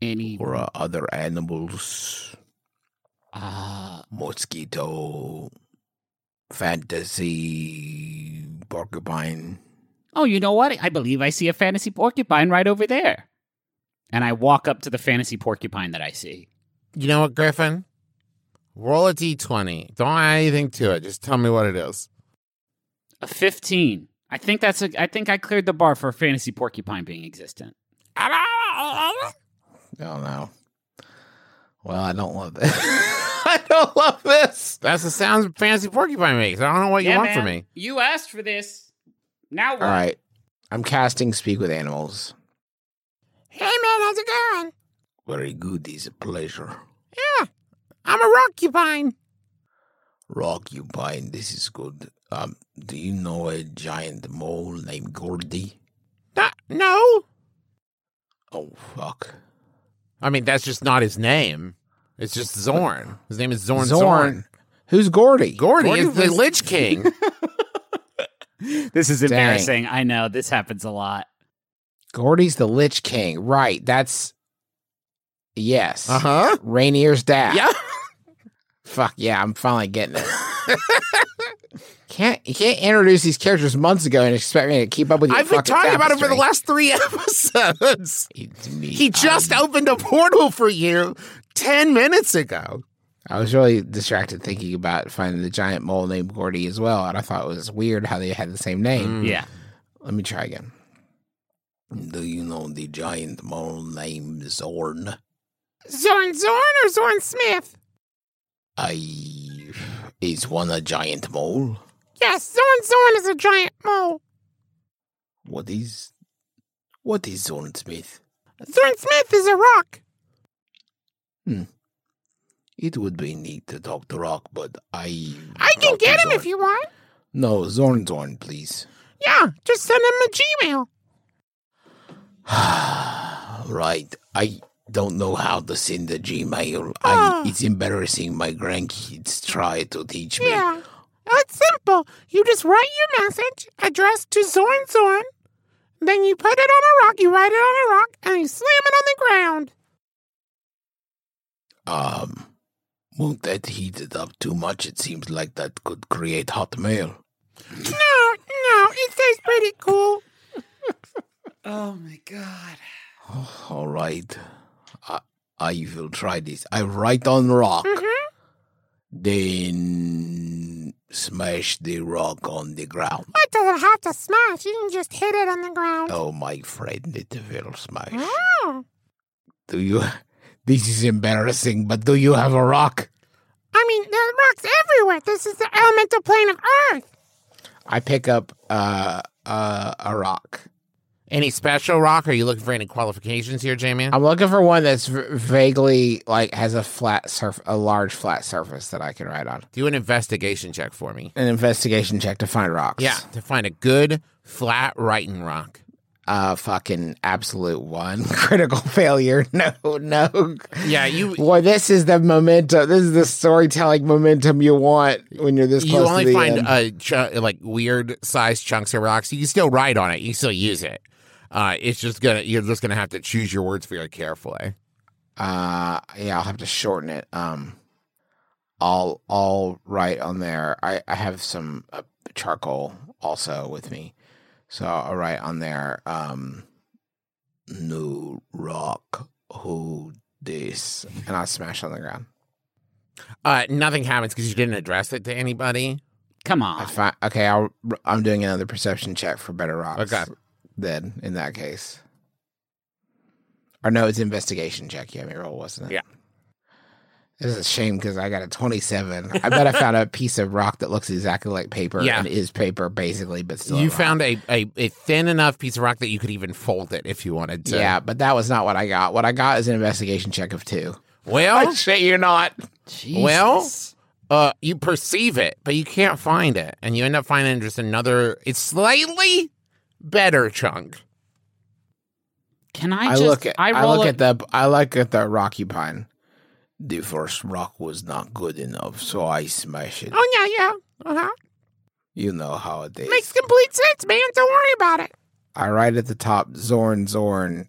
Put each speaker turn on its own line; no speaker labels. Any
or uh, other animals,
ah
mosquito, fantasy, porcupine.
Oh, you know what? I believe I see a fantasy porcupine right over there. And I walk up to the fantasy porcupine that I see.
You know what, Griffin? Roll a d20. Don't add anything to it. Just tell me what it is.
A 15. I think that's a I think I cleared the bar for a fantasy porcupine being existent.
Oh no. Well, I don't love this. I don't love this.
That's the sound fancy porcupine makes. I don't know what you
Yeah,
want
man.
from me.
You asked for this. Now what?
All right. I'm casting Speak with Animals.
Hey, man, how's it going?
Very good. It's a pleasure.
I'm a rockupine.
Rock you pine. This is good. Um, do you know a giant mole named Gordy?
No, no.
Oh fuck.
I mean, that's just not his name. It's just Zorn. His name is Zorn Zorn.
Who's Gordy?
Gordy,
Gordy
is the
was-
Lich King.
This is
Dang.
embarrassing. I know this happens a lot.
Gordy's the Lich King. Right. That's yes.
uh huh.
Rainier's dad.
Yeah.
Fuck yeah, I'm finally getting it. can't you can't introduce these characters months ago and expect me to keep up with your
I've been
fucking
talking about it for the
tapestry.
last three episodes.
It's me.
He just
Um,
opened a portal for you 10 minutes ago.
I was really distracted thinking about finding the giant mole named Gordy as well, and I thought it was weird how they had the same
Mm.
name.
Yeah.
Let me try again. Do you know the giant mole named Zorn?
Zorn Zorn or Zorn Smith?
I is one a giant mole?
Yes, Zorn Zorn is a giant mole.
What is what is Zorn Smith?
Zorn Smith is a rock.
It would be neat to talk to Rock, but I
I can
Rock
get
is
him if
Zorn.
you want.
No, Zorn Zorn, please.
Yeah, just send him a Gmail.
right. I don't know how to send a Gmail. I,
Ah.
it's embarrassing. My grandkids try to teach me.
Yeah. It's simple. You just write your message addressed to Zorn Zorn, then you put it on a rock, you write it on a rock, and you slam it on the ground.
Um, won't that heat it up too much? It seems like that could create hot mail.
No, no, it stays pretty cool.
Oh my god.
Oh, All right. I, I will try this. I write on rock.
Mm-hmm.
Then smash the rock on the ground.
It doesn't have to smash. You can just hit it on the ground.
Oh, my friend, it will smash.
Oh.
Do you? This is embarrassing, but do you have a rock?
I mean, there's rocks everywhere. This is the elemental plane of Earth.
I pick up uh, uh, a rock.
Any special rock? Are you looking for any qualifications here, J-Man?
I'm looking for one that's v- vaguely like has a flat surf, a large flat surface that I can ride on.
Do an investigation check for me.
An investigation check to find rocks.
Yeah, to find a good flat writing rock.
Uh, fucking absolute one critical failure. No, no.
Yeah, you
Boy, this is the momentum. This is the storytelling momentum you want when you're this
you
close. to
only
the um,
find
end.
uh, ch- like weird sized chunks of rocks. You can still write on it. You can still use it. Uh, it's just gonna you're just gonna have to choose your words very carefully.
uh yeah i'll have to shorten it um i'll i'll write on there i i have some uh, charcoal also with me so i'll write on there um new rock who this and i'll smash on the ground
Uh, nothing happens because you didn't address it to anybody.
Come
i
on.
find okay i'll i'm doing another perception check for better rocks
Okay.
then in that case or no it's investigation check you had me roll wasn't it
Yeah.
This is a shame because I got a 27. I bet I found a piece of rock that looks exactly like paper
Yeah.
and is paper basically, but still. a
You
rock.
found a, a, a thin enough piece of rock that you could even fold it if you wanted to.
Yeah, but that was not what I got. What I got is an investigation check of two.
Well,
shit, you're not.
Well-
Jesus.
uh, you perceive it, but you can't find it, and you end up finding just another. It's slightly better chunk.
can I
I,
just
look at I,
roll
look
a-
at the I look at the rocky pine. The first rock was not good enough, so I smash it.
Oh yeah, yeah. Uh huh.
You know how it is.
Makes complete sense, man. Don't worry about it.
I write at the top Zorn Zorn